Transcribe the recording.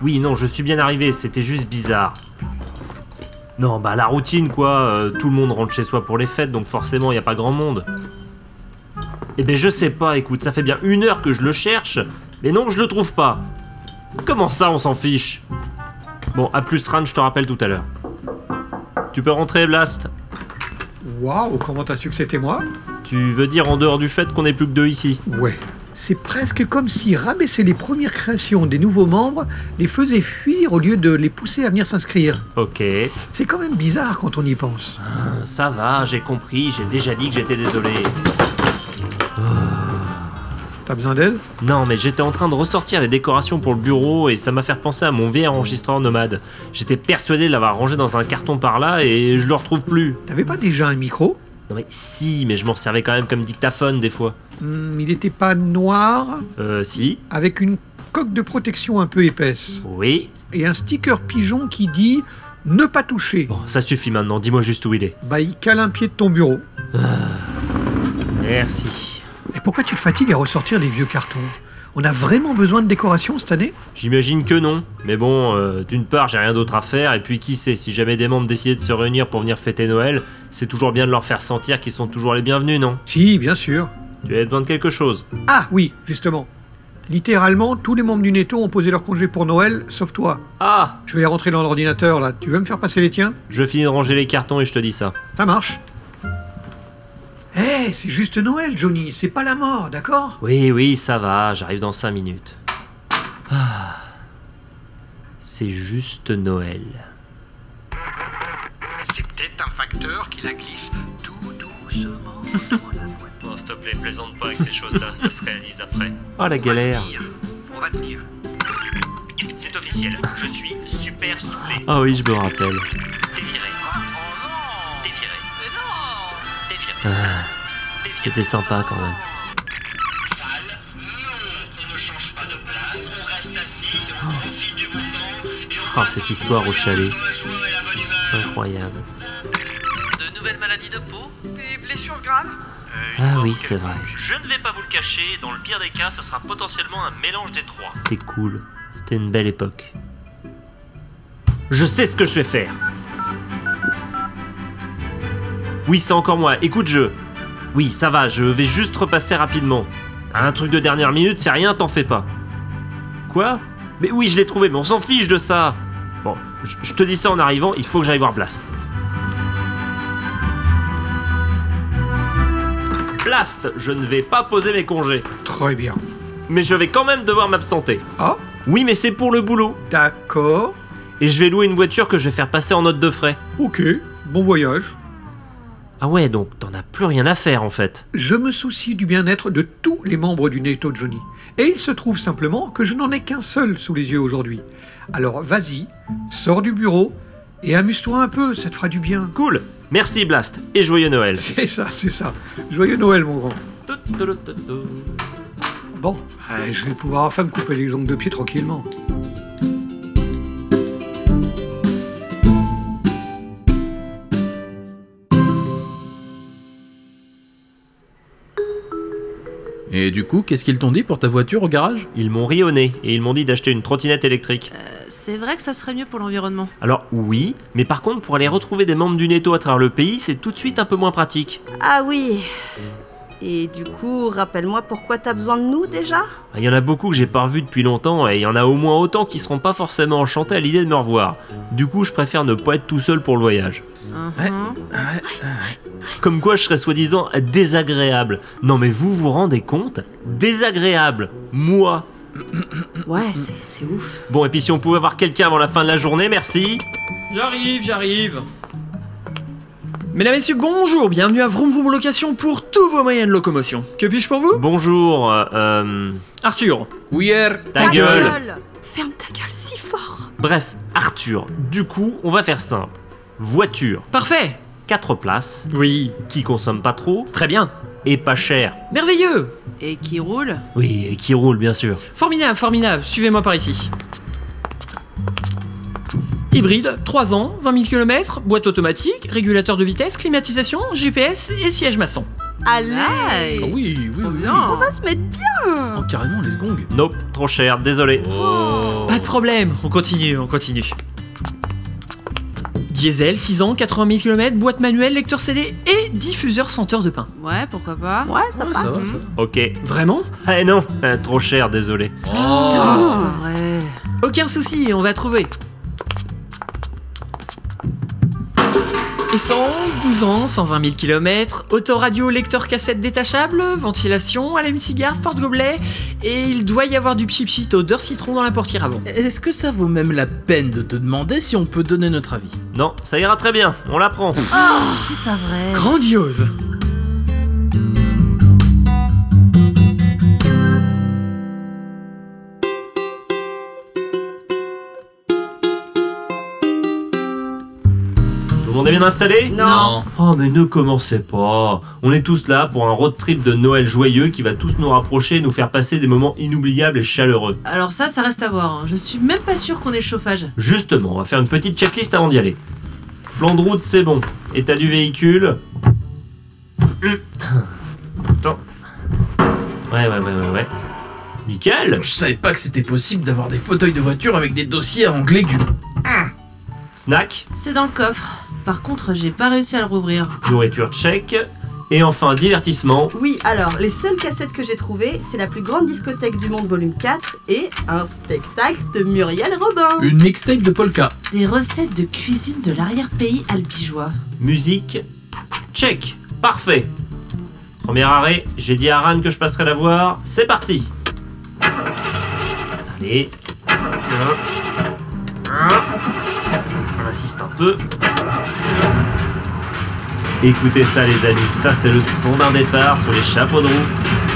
Oui, non, je suis bien arrivé, c'était juste bizarre. Non, bah la routine quoi, euh, tout le monde rentre chez soi pour les fêtes, donc forcément, il n'y a pas grand monde. Eh ben je sais pas, écoute, ça fait bien une heure que je le cherche, mais non, je le trouve pas. Comment ça, on s'en fiche Bon, à plus Ran, je te rappelle tout à l'heure. Tu peux rentrer, Blast Waouh, comment t'as su que c'était moi Tu veux dire en dehors du fait qu'on est plus que deux ici Ouais. C'est presque comme si rabaisser les premières créations des nouveaux membres les faisait fuir au lieu de les pousser à venir s'inscrire. Ok, Euh, C'est quand même bizarre quand on y pense. ça va, j'ai compris, j'ai déjà dit que j'étais désolé. T'as besoin d'aide Non, mais j'étais en train de ressortir les décorations pour le bureau et ça m'a fait penser à mon vieil enregistreur nomade. J'étais persuadé de l'avoir rangé dans un carton par là et je le retrouve plus. T'avais pas déjà un micro Non mais si, mais je m'en servais quand même comme dictaphone des fois. Hmm, Il n'était pas noir, Euh, si, avec une coque de protection un peu épaisse. oui. Et un sticker pigeon qui dit Ne pas toucher. Bon, ça suffit maintenant, dis-moi juste où il est. Bah, il cale un pied de ton bureau. Merci. Et pourquoi tu te fatigues à ressortir les vieux cartons On a vraiment besoin de décoration cette année J'imagine que non. Mais bon, euh, d'une part, j'ai rien d'autre à faire, et puis qui sait, si jamais des membres décidaient de se réunir pour venir fêter Noël, c'est toujours bien de leur faire sentir qu'ils sont toujours les bienvenus, non Si, bien sûr. Tu avais besoin de quelque chose Ah oui, justement. Littéralement, tous les membres du Netto ont posé leur congé pour Noël, sauf toi. Ah Je vais les rentrer dans l'ordinateur là. Tu veux me faire passer les tiens Je finis de ranger les cartons et je te dis ça. Ça marche. Eh, c'est juste Noël, Johnny. C'est pas la mort, d'accord Oui, oui, ça va, j'arrive dans 5 minutes. Ah. C'est juste Noël. C'est peut-être un facteur qui la glisse tout doucement dans la boîte. Bon, s'il te plaît, plaisante pas avec ces choses-là, ça se réalise après. Oh la galère On va tenir. C'est officiel, je suis super soufflé. Ah oui, je me rappelle. T'es viré. T'es viré. T'es viré. Ah, T'es viré. C'était sympa quand même. Salle. Non, on ne change pas de place, on reste assis, on profite du bon temps et on Ah, passe cette un histoire bon au chalet. moment de joie et la bonne humeur. Incroyable. De nouvelles maladies de peau Des blessures graves Euh, Ah oui, c'est vrai. Je ne vais pas vous le cacher, dans le pire des cas, ce sera potentiellement un mélange des trois. C'était cool. C'était une belle époque. Je sais ce que je vais faire. Oui, c'est encore moi. Écoute, je. Oui, ça va, je vais juste repasser rapidement. Un truc de dernière minute, c'est rien, t'en fais pas. Quoi Mais oui, je l'ai trouvé, mais on s'en fiche de ça. Bon, je je te dis ça en arrivant, il faut que j'aille voir Blast. Blast, je ne vais pas poser mes congés, Très bien. mais je vais quand même devoir m'absenter. Ah, Oui, mais c'est pour le boulot. d'accord. Et je vais louer une voiture que je vais faire passer en note de frais. Ok, bon voyage. Ah ouais, donc t'en as plus rien à faire en fait. Je me soucie du bien-être de tous les membres du Netto Johnny. Et il se trouve simplement que je n'en ai qu'un seul sous les yeux aujourd'hui. Alors vas-y, sors du bureau et amuse-toi un peu, ça te fera du bien. Cool. Merci Blast et joyeux Noël. C'est ça, c'est ça. Joyeux Noël, mon grand. Bon, euh, je vais pouvoir enfin me couper les ongles de pied tranquillement. Et du coup, qu'est-ce qu'ils t'ont dit pour ta voiture au garage Ils m'ont ri au nez et ils m'ont dit d'acheter une trottinette électrique. Euh, C'est vrai que ça serait mieux pour l'environnement. Alors oui, mais par contre pour aller retrouver des membres du Netto à travers le pays, c'est tout de suite un peu moins pratique. Ah oui. Et du coup, rappelle-moi pourquoi t'as besoin de nous déjà Il Ah, y en a beaucoup que j'ai pas revus depuis longtemps et il y en a au moins autant qui seront pas forcément enchantés à l'idée de me revoir. Du coup, je préfère ne pas être tout seul pour le voyage. Mm. Mhm. Comme quoi je serais soi-disant désagréable. Non mais vous vous rendez compte Désagréable Moi Ouais, c'est c'est ouf. Bon, et puis si on pouvait avoir quelqu'un avant la fin de la journée, merci. J'arrive, j'arrive. Mesdames, Messieurs, bonjour, bienvenue à Vroom Vroom Location pour tous vos moyens de locomotion. Que puis-je pour vous Bonjour, euh, euh, Arthur, Couillère ta, gueule. Ferme ta gueule si fort Bref, Arthur, du coup, on va faire simple. Voiture, parfait 4 places, Oui, qui consomme pas trop très bien. et pas cher. Merveilleux Et qui roule Oui, et qui roule, bien sûr. Formidable, formidable, suivez-moi par ici. Hybride, 3 ans, 20 000 km, boîte automatique, régulateur de vitesse, climatisation, GPS et siège maçon. Allez Nice Ah oui, oui, Trop oui. bien On va se mettre bien Oh, carrément, les gongs Nope, trop cher, désolé. Oh. Pas Pas de problème, on continue, on continue. Diesel, 6 ans, 80 000 km, boîte manuelle, lecteur CD et diffuseur senteur de pain. Ouais, pourquoi pas. Ouais, ça Ouais, ça passe. va, ça. Ok. Vraiment Eh non, euh, trop cher, désolé. Putain, Oh. c'est pas vrai. Aucun souci, on va trouver. Essence, 12 ans, 120 000 km, autoradio, lecteur cassette détachable, ventilation, allume cigare, porte-gobelet, et il doit y avoir du pchit-pchit odeur citron dans la portière avant. Euh, Est-ce que ça vaut même la peine de te demander si on peut donner notre avis Non, ça ira très bien, on la prend. Oh, c'est pas vrai. Grandiose Tout le monde est bien installé Non. Oh mais ne commencez pas On est tous là pour un road trip de Noël joyeux qui va tous nous rapprocher et nous faire passer des moments inoubliables et chaleureux. Alors ça, ça reste à voir. hein. Je suis même pas sûre qu'on ait le chauffage. Justement, on va faire une petite checklist avant d'y aller. Plan de route, c'est bon. État du véhicule. Hum. Attends. Ouais, ouais, ouais, ouais, ouais. Nickel Je savais pas que c'était possible d'avoir des fauteuils de voiture avec des dossiers à anglais du. Snack, C'est dans le coffre. Par contre, j'ai pas réussi à le rouvrir. nourriture check. Et enfin, divertissement. Oui, alors, les seules cassettes que j'ai trouvées, c'est la plus grande discothèque du monde, volume 4, et un spectacle de Muriel Robin. Une mixtape de Polka. Des recettes de cuisine de l'arrière-pays albigeois. Musique. Check. Parfait. Premier arrêt, j'ai dit à Ran que je passerai la voir. C'est parti. Allez. Un. Un. On insiste un peu. Écoutez ça les amis, ça c'est le son d'un départ sur les chapeaux de roue.